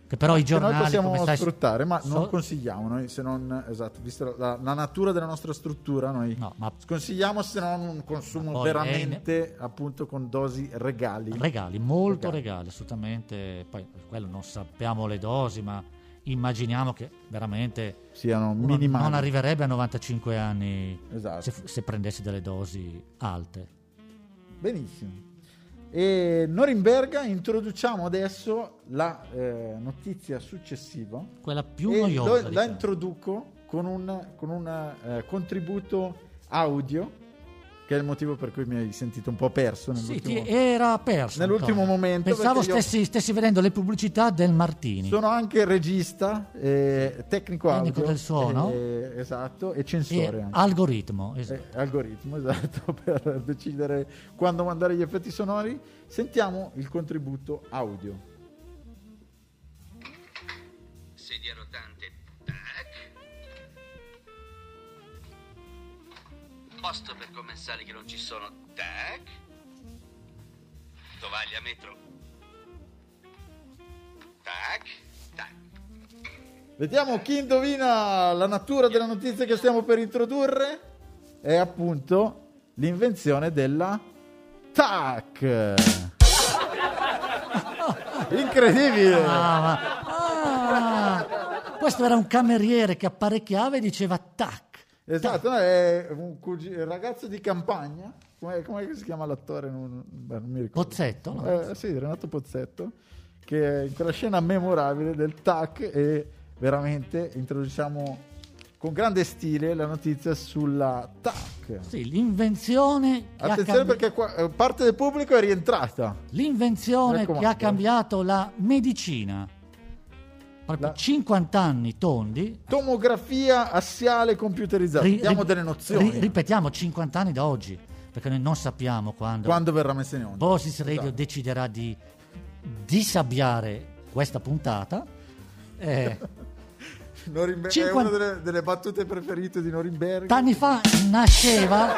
Che però i
Che noi
giornali
possiamo
come stai-
sfruttare, ma
so-
non consigliamo noi se non esatto, vista la, la natura della nostra struttura, noi
No, ma-
sconsigliamo se non un consumo
poi eh,
veramente appunto con dosi regali.
regali, molto
Regali.
regali. assolutamente. Poi quello non sappiamo le dosi, ma immaginiamo che veramente
siano
uno
minimali.
non arriverebbe a 95 anni
Esatto.
se, se prendessi delle dosi alte.
Benissimo. E Norimberga introduciamo adesso la eh, notizia successiva.
Quella più
e
noiosa.
lo-
di diciamo.
la
te.
introduco con un, con un, eh, contributo audio, che è il motivo per cui mi hai sentito un po' perso
Sì,
nell'ultimo
ti era perso.
nell'ultimo
Antonio.
momento,
Pensavo
perché io-
stessi, stessi vedendo le pubblicità del Martini.
Sono anche regista, eh, tecnico audio,
Tecnico del suono.
eh, esatto, e
E
censore anche.
algoritmo.
Eh,
esatto.
algoritmo, esatto, per decidere quando mandare gli effetti sonori. Sentiamo il contributo audio.
Sedia rotante. Tac. Posto per commensali che non ci sono. Tac. Tovaglia metro. Tac. Tac.
Vediamo chi indovina la natura della notizia che stiamo per introdurre. È appunto l'invenzione della TAC. Incredibile!
Ah, questo era un cameriere che apparecchiava e diceva tac.
Esatto, no, è un cugi- un ragazzo di campagna. Come, come si chiama l'attore? Non, beh, non mi ricordo.
Pozzetto, no?
Eh, sì, Renato Pozzetto, che in quella scena memorabile del tac e veramente introduciamo con grande stile la notizia sulla tac.
Sì, l'invenzione che ha
Attenzione
cambi-
perché qua- eh, parte del pubblico è rientrata. Mi
L'invenzione che
raccomando.
ha cambiato la medicina. Proprio
La-
50 anni tondi.
Tomografia assiale computerizzata.
Ri-
Diamo
ri-
delle nozioni.
ri- ripetiamo 50 anni da oggi, perché noi non sappiamo quando,
quando verrà messa in onda?
Vosis Radio
Esatto.
deciderà di disabbiare questa puntata. Eh,
Norimbe- È una
Cinquan-
delle, delle battute preferite di Norimberga.
anni fa nasceva.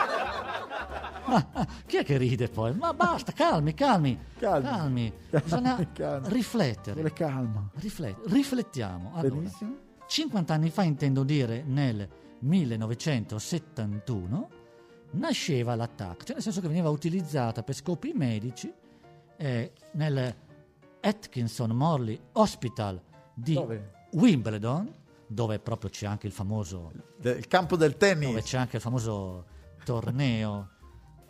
Chi è che ride poi? Ma basta, calmi, calmi.
Calmi. Calmi,
Bisogna
calmi.
riflettere.
Vuole calma.
Riflet- riflettiamo. Allora,
Benissimo.
50 anni fa, intendo dire nel 1971, nasceva la TAC, cioè nel senso che veniva utilizzata per scopi medici eh, nel Atkinson Morley Hospital di
Dove?
Wimbledon, dove proprio c'è anche il famoso,
De- il campo del
dove
tennis,
c'è anche il famoso torneo.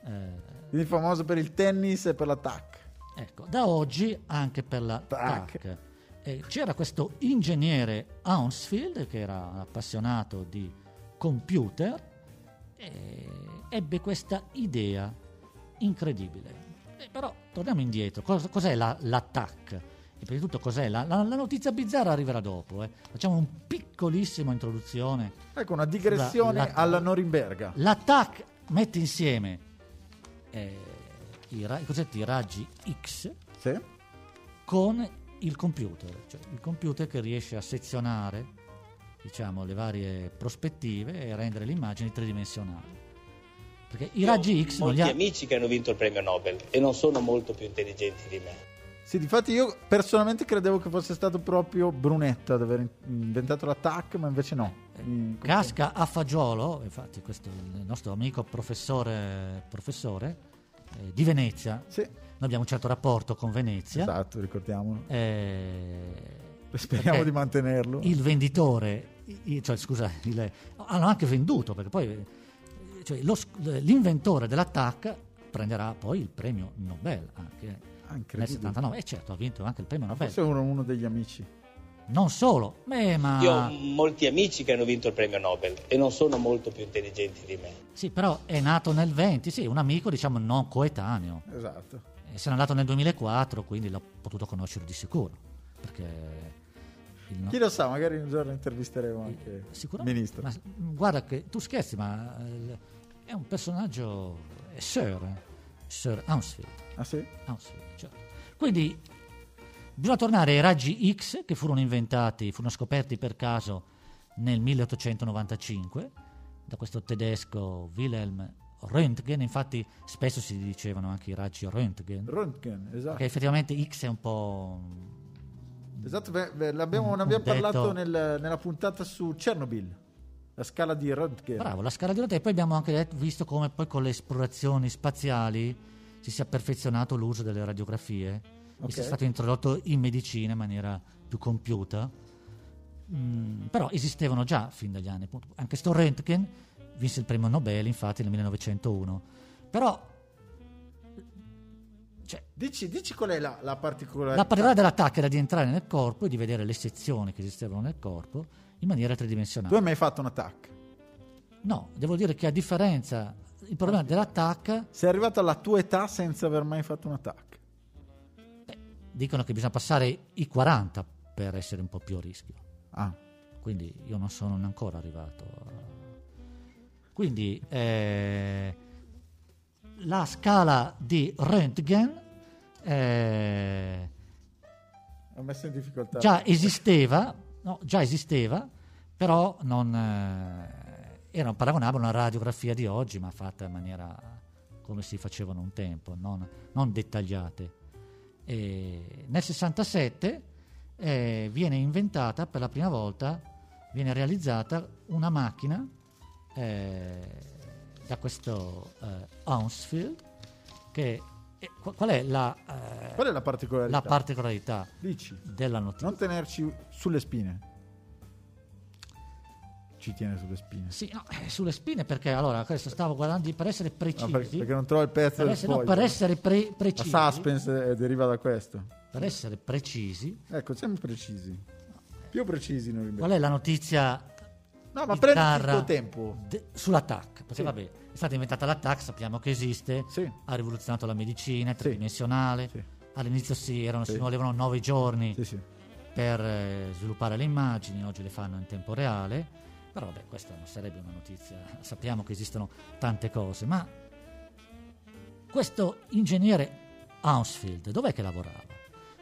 eh,
il famoso per il tennis e per l'attacco.
Ecco, da oggi anche per la
Tac.
TAC. Eh, c'era questo ingegnere Hounsfield che era un appassionato di computer e ebbe questa idea incredibile. Eh, però torniamo indietro, Cos- cos'è la, la TAC? E prima di tutto cos'è? La, la- la notizia bizzarra arriverà dopo, eh. facciamo un piccolissimo introduzione.
Ecco una digressione
La- la-
alla Norimberga.
La TAC mette insieme eh, i, ra- i cosiddetti raggi X
Sì?
con il computer, cioè il computer che riesce a sezionare diciamo, le varie prospettive e rendere le immagini tridimensionali. Perché i raggi X non
molti
li ha...
amici che hanno vinto il premio Nobel e non sono molto più intelligenti di me.
Sì, difatti io personalmente credevo che fosse stato proprio Brunetta ad aver in- inventato l'attacco, ma invece no.
Eh,
Mm,
Casca a fagiolo, infatti questo è il nostro amico professore, professore, eh, di Venezia, noi
Sì,
abbiamo un certo rapporto con Venezia,
esatto, ricordiamolo.
eh,
Speriamo
perché
di mantenerlo.
il venditore, i- i- cioè scusa, il- hanno anche venduto perché poi eh, cioè, lo sc- l'inventore dell'attack prenderà poi il premio Nobel anche
Ah, incredibile.
nel 79 e certo ha vinto anche il premio
Ma
Nobel.
forse è uno, uno degli amici.
Non solo, eh,
Io ho
ma
molti amici che hanno vinto il premio Nobel e non sono molto più intelligenti di me.
sì, però è nato nel 20, sì, un amico diciamo non coetaneo.
Esatto.
E se n'è andato nel 2004, quindi l'ho potuto conoscere di sicuro, perché il no-
Chi lo sa, magari un giorno intervisteremo anche il
Eh, Sicuramente.
ministro.
Ma, mh, guarda che tu scherzi, ma eh, l- è un personaggio è Sir, eh. Sir Hounsfield,
Ah sì?
Hounsfield, certo. Quindi bisogna tornare ai raggi X che furono inventati, furono scoperti per caso nel 1895 da questo tedesco Wilhelm Röntgen, infatti spesso si dicevano anche i raggi Röntgen,
Röntgen, esatto.
mm, perché effettivamente X è un po'
Esatto, beh, beh, l'abbiamo- ne abbiamo
Detto.
parlato nel- nella puntata su Chernobyl, la scala di Röntgen.
Bravo, la scala di Rodin. E poi abbiamo anche detto- visto come poi con le esplorazioni spaziali si sia perfezionato l'uso delle radiografie
Ok.
e sia stato introdotto in medicina in maniera più compiuta. Mm, però esistevano già fin dagli anni. appunto. Anche sto Röntgen vinse il premio Nobel, infatti, nel 1901. Però cioè,
Dici, dici qual è la, la particolarità?
la particolarità dell'attacco era di entrare nel corpo e di vedere le sezioni che esistevano nel corpo in maniera
Ah, Tu
tridimensionale.
hai mai fatto un attacco?
No, devo dire che a differenza, il problema dell'attacco
Sei arrivato alla tua età senza aver mai fatto un attacco.
dicono che bisogna passare i 40 per essere un po' più a rischio.
Ah,
Quindi io non sono ancora arrivato. a- Quindi eh, la scala di Röntgen eh,
ho messo in difficoltà.
già esisteva, no, già esisteva, però non eh, era paragonabile a una radiografia di oggi, ma fatta in maniera come si facevano un tempo, non, non dettagliate. E nel 67 eh, viene inventata per la prima volta, viene realizzata una macchina eh, da questo eh, Hounsfield, che eh, qu- qual è la, eh,
Qual è la particolarità?
la particolarità
Dici,
della notizia?
non tenerci sulle spine. Ci tiene sulle spine.
Sì, no, eh, sulle spine perché allora adesso stavo guardando di- per essere precisi.
No, per- perché non trovo il pezzo
per
del
essere, no,
foglio.
per essere pre-
La
precisi.
suspense eh, deriva da questo.
Per essere precisi.
Ecco, siamo precisi. Più precisi noi invece.
Qual è la notizia
No, ma
di
prendi il
Tarra
tuo tempo.
de- sull'attack? Perché
Sì.
vabbè, è stata inventata l'attack, sappiamo che esiste,
Sì.
ha rivoluzionato la medicina, è tridimensionale.
Sì.
All'inizio si, erano,
Sì.
si volevano nove giorni
Sì, sì.
per eh, sviluppare le immagini, oggi le fanno in tempo reale, però vabbè, questa non sarebbe una notizia, sappiamo che esistono tante cose, ma questo ingegnere Hounsfield, dov'è che lavorava?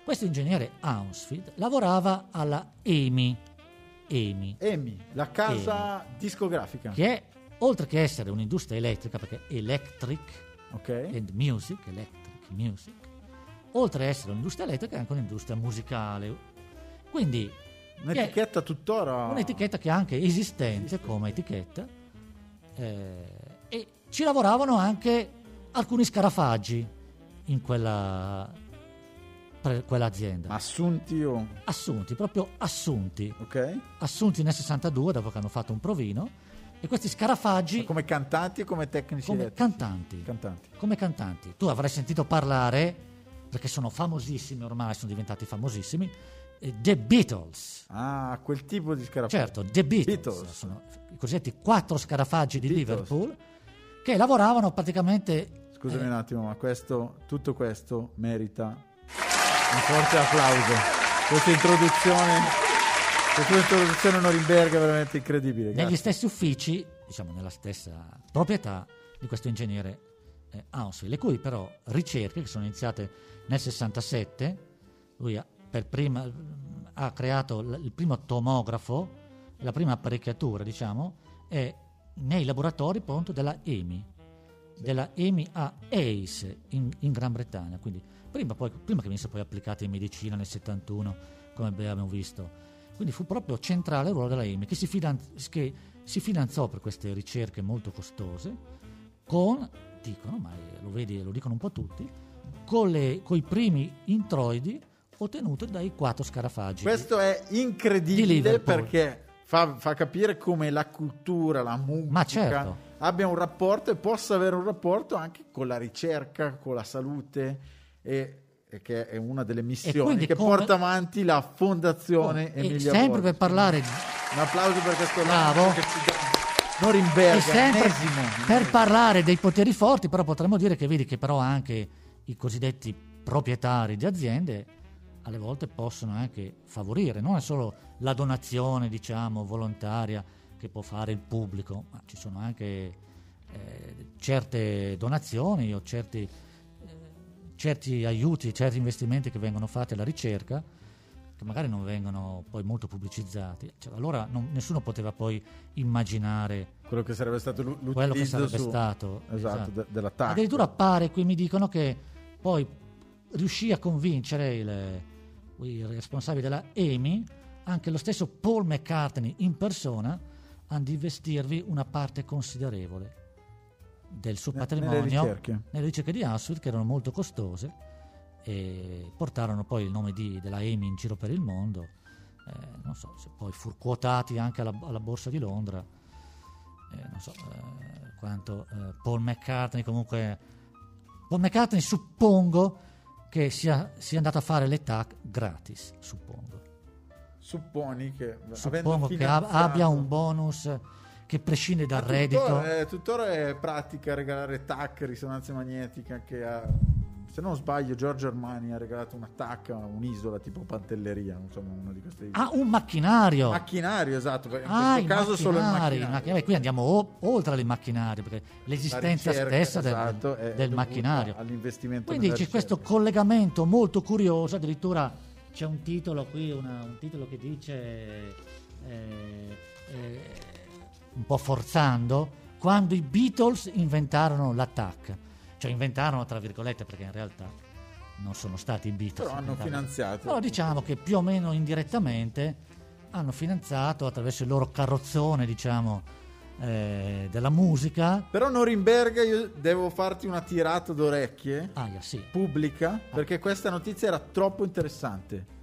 Questo ingegnere Hounsfield lavorava alla EMI, EMI
Emi, la casa discografica.
che è, oltre che essere un'industria elettrica, perché Electric
Ok.
and Music, Electric Music, oltre ad essere un'industria elettrica è anche un'industria musicale, quindi... che-
Un'etichetta tuttora.
un'etichetta che è anche esistente come etichetta eh, e ci lavoravano anche alcuni scarafaggi in quella per quell'azienda
Ma assunti o.
assunti proprio assunti
Ok.
assunti nel 62 dopo che hanno fatto un provino e questi scarafaggi
Ma Come cantanti e come tecnici
come
elettrici?
cantanti
Cantanti.
come cantanti. Tu avrai sentito parlare, perché sono famosissimi ormai, sono diventati famosissimi, eh, The Beatles.
Ah, quel tipo di scarafaggi.
Certo, The Beatles,
Beatles.
sono i cosiddetti quattro scarafaggi di
Beatles.
Liverpool che lavoravano praticamente eh,
Scusami un attimo, ma questo, tutto questo merita un forte applauso. Questa introduzione, questa introduzione Norimberga è veramente incredibile.
negli
grazie.
stessi uffici, diciamo nella stessa proprietà di questo ingegnere eh, Hounsfield, le cui però ricerche che sono iniziate nel 67, lui ha, per prima, mm, ha creato l- il primo tomografo, la prima apparecchiatura, diciamo, è nei laboratori appunto della EMI, della EMI a ACE in, in Gran Bretagna, quindi prima, poi, prima che venisse poi applicata in medicina nel 71, come abbiamo visto. Quindi fu proprio centrale il ruolo della EMI, che si, fidan- che si finanziò per queste ricerche molto costose con, dicono, ma eh, lo, vedi, lo dicono un po' tutti, con, le- coi primi introidi ottenuti dai quattro scarafaggi.
Questo è
Di
incredibile
Liverpool.
perché fa, fa capire come la cultura, la musica
Ma certo.
abbia un rapporto e possa avere un rapporto anche con la ricerca, con la salute e, e che è una delle missioni
quindi
che
come-
porta avanti la Fondazione
Oh, e
Emilia
sempre
Borghi.
per parlare di-
Un applauso per questo
Bravo.
lancio che ci dà
e
Norimberga,
sempre
ennesimo.
per parlare dei poteri forti, però potremmo dire che vedi che però anche i cosiddetti proprietari di aziende alle volte possono anche favorire, non è solo la donazione, diciamo, volontaria che può fare il pubblico, ma ci sono anche eh, certe donazioni o certi eh, certi aiuti, certi investimenti che vengono fatti alla ricerca, che magari non vengono poi molto pubblicizzati. Cioè, allora non- nessuno poteva poi immaginare
quello che sarebbe stato l'u- l'utilizzo
quello che sarebbe
su-
stato.
esatto, de- della TAC.
Addirittura pare, qui mi dicono che poi riuscì a convincere il, i responsabili della EMI, anche lo stesso Paul McCartney in persona, hanno di investirvi una parte considerevole del suo
Ne-
patrimonio
nelle ricerche.
nelle ricerche di Ashfield, che erano molto costose, e portarono poi il nome di- della EMI in giro per il mondo. Eh, non so, se poi furono quotati anche alla, alla borsa di Londra. Eh, non so eh, quanto eh, Paul McCartney comunque Paul McCartney suppongo che sia, sia andato a fare le TAC gratis suppongo
Supponi che
suppongo che ab- abbia un bonus che prescinde dal reddito
Tuttora, eh, tuttora è pratica regalare TAC, risonanza magnetica, che ha, se non sbaglio Giorgio Armani ha regalato una TAC a un'isola tipo Pantelleria, insomma uno di questi
ha un macchinario
macchinario, esatto, perché in
Ah, i
questo caso solo il
macchinari, i
macchinario.
macchinari. Qui andiamo o- oltre al macchinario, perché l'esistenza
ricerca,
stessa del,
esatto, è
del
dovuta
macchinario.
all'investimento
Quindi
nella
c'è questo
ricerca.
collegamento molto curioso, addirittura c'è un titolo qui, una- un titolo che dice, eh, eh, un po' forzando, quando i Beatles inventarono l'attack. Cioè inventarono, tra virgolette, perché in realtà non sono stati i Beatles.
Però hanno
inventati.
finanziato.
Però diciamo che più o meno indirettamente hanno finanziato attraverso il loro carrozzone, diciamo, eh, della musica.
Però Norimberga io devo farti una tirata d'orecchie
Aia, sì.
pubblica perché questa notizia era troppo interessante.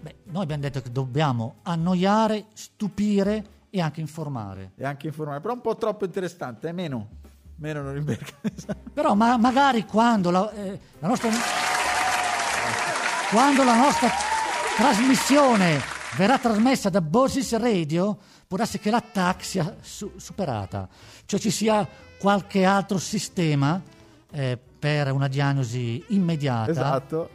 Beh, noi abbiamo detto che dobbiamo annoiare, stupire e anche informare.
e anche informale, però un po' troppo interessante, eh, è meno. Meno Norimberga.
Però ma- magari quando la, eh, la nostra... quando la nostra trasmissione verrà trasmessa da Bosis Radio, può darsi che l'attack sia su- superata, cioè ci sia qualche altro sistema eh, per una diagnosi immediata
esatto.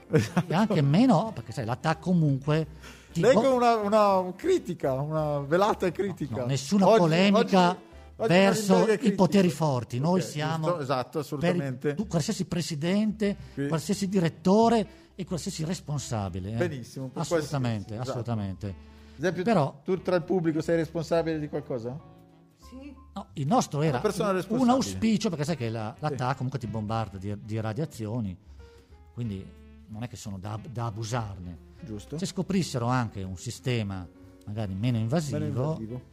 e anche meno, perché sai, l'attack comunque... ti
Leggo
bo-
una, una critica, una velata critica.
No, nessuna polemica verso
Norimberga è
i
critico.
poteri forti. Noi
Ok,
siamo
giusto, esatto, assolutamente.
per tu- qualsiasi presidente,
Sì.
qualsiasi direttore e qualsiasi responsabile. eh.
Benissimo, per
Assolutamente,
qualsiasi, esatto.
assolutamente.
Ad esempio,
però-
tu tra il pubblico sei responsabile di qualcosa?
Sì,
No, il nostro era
persona
un- un
responsabile.
auspicio, perché sai che la, la TAC comunque ti bombarda di, di radiazioni, quindi non è che sono da, da abusarne.
Giusto?
Se scoprissero anche un sistema magari meno invasivo, eh,
Meno invasivo.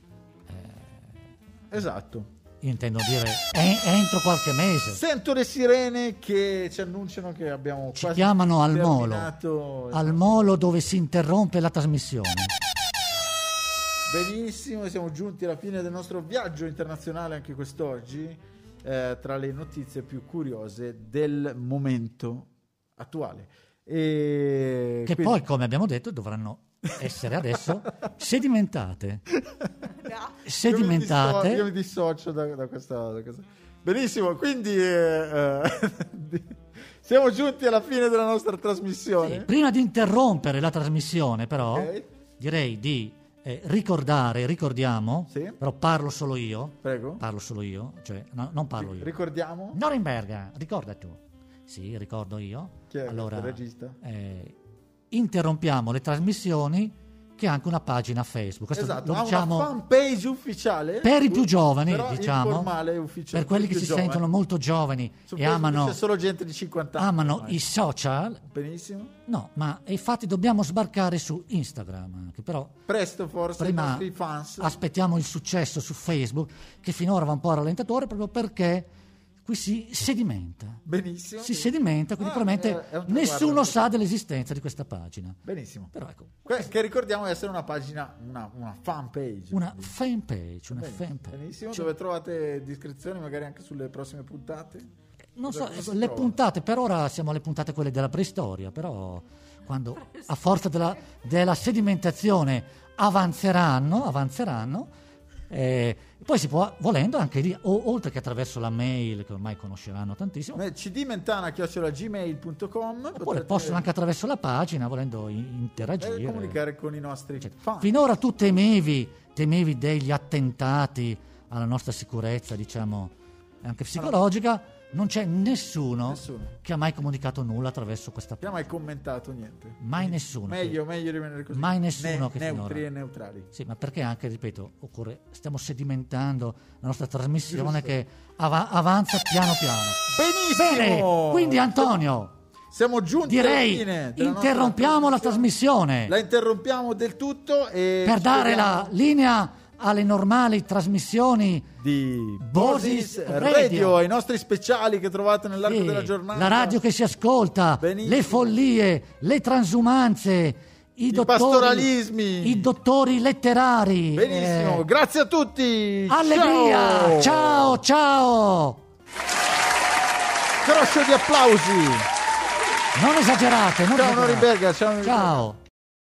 Esatto.
io intendo dire en- entro qualche mese.
Sento le sirene che ci annunciano che abbiamo
Ci
quasi
chiamano al molo,
terminato. esatto.
al molo dove si interrompe la trasmissione.
Benissimo, siamo giunti alla fine del nostro viaggio internazionale anche quest'oggi, eh, tra le notizie più curiose del momento attuale. E
Che
quindi-
poi, come abbiamo detto, dovranno essere adesso sedimentate.
Io mi disso-
Sedimentate.
Io mi dissocio da, da questa, da questa- Benissimo, quindi eh, eh, siamo giunti alla fine della nostra
Sì,
trasmissione.
prima di interrompere la trasmissione, però,
Ok.
direi di eh, ricordare, ricordiamo,
Sì.
però parlo solo io,
Prego.
parlo solo io, cioè no, non parlo io.
Ricordiamo
Norimberga, ricorda tu. Sì, ricordo io.
Chi è
allora,
il regista?
eh, interrompiamo le trasmissioni che ha anche una pagina Facebook. Questo
Esatto,
lo
ha
diciamo
una fanpage ufficiale
per i più giovani,
però
diciamo,
informale, ufficiale,
per quelli che
più
si
giovani.
sentono molto giovani
Su
e
Facebook
amano,
c'è solo gente di 50 anni.
amano
ormai.
i social.
Benissimo.
No, ma infatti dobbiamo sbarcare su Instagram anche, però
Presto forse i
prima
nostri fans.
aspettiamo il successo su Facebook che finora va un po' a rallentatore proprio perché qui si sedimenta.
Benissimo.
si sedimenta, quindi
Ah,
probabilmente
è- è un traguardo.
nessuno sa dell'esistenza di questa pagina.
Benissimo.
Però ecco,
Que- che ricordiamo essere una pagina, una, una fan page.
una fan page, una
Benissimo,
fan page.
benissimo,
Cioè,
dove trovate descrizioni magari anche sulle prossime puntate.
non so,
dove si
ecco, le
trova?
puntate, per ora siamo alle puntate quelle della preistoria, però quando a forza della, della sedimentazione avanzeranno, avanzeranno, eh, poi si può, volendo anche lì, o- oltre che attraverso la mail che ormai conosceranno tantissimo,
Eh, cdmentana.gmail.com
oppure
Potete
possono anche attraverso la pagina, volendo in- interagire.
eh, comunicare con i nostri
Cioè,
fan.
Finora tu temevi, temevi degli attentati alla nostra sicurezza, diciamo, anche psicologica. Non c'è nessuno,
Nessuno.
che ha mai comunicato nulla attraverso questa
Non mai commentato niente.
Mai nessuno.
Meglio, meglio rimanere così.
Mai nessuno che
neutri
finora.
e neutrali.
Sì, ma perché anche, ripeto, occorre, stiamo sedimentando la nostra trasmissione che ava- avanza piano piano.
Benissimo!
Bene, quindi Antonio,
Siamo giunti alla fine.
Direi
della nostra
interrompiamo la trasmissione
La interrompiamo del tutto e
per
ci
dare
vediamo
la linea alle normali trasmissioni
di
Bosis
Bosis
Radio.
Radio. i nostri speciali che trovate nell'arco
Sì,
della giornata.
Eh, La radio che si ascolta,
Benissimo.
le follie, le transumanze, i,
I
dottori,
pastoralismi.
i dottori letterari.
Benissimo,
eh,
grazie a tutti.
Allegria!
Ciao.
Ciao, ciao!
Croscio di applausi.
Non esagerate, non
Ciao
esagerate.
Noriberga, ciao. Noriberga.
Ciao.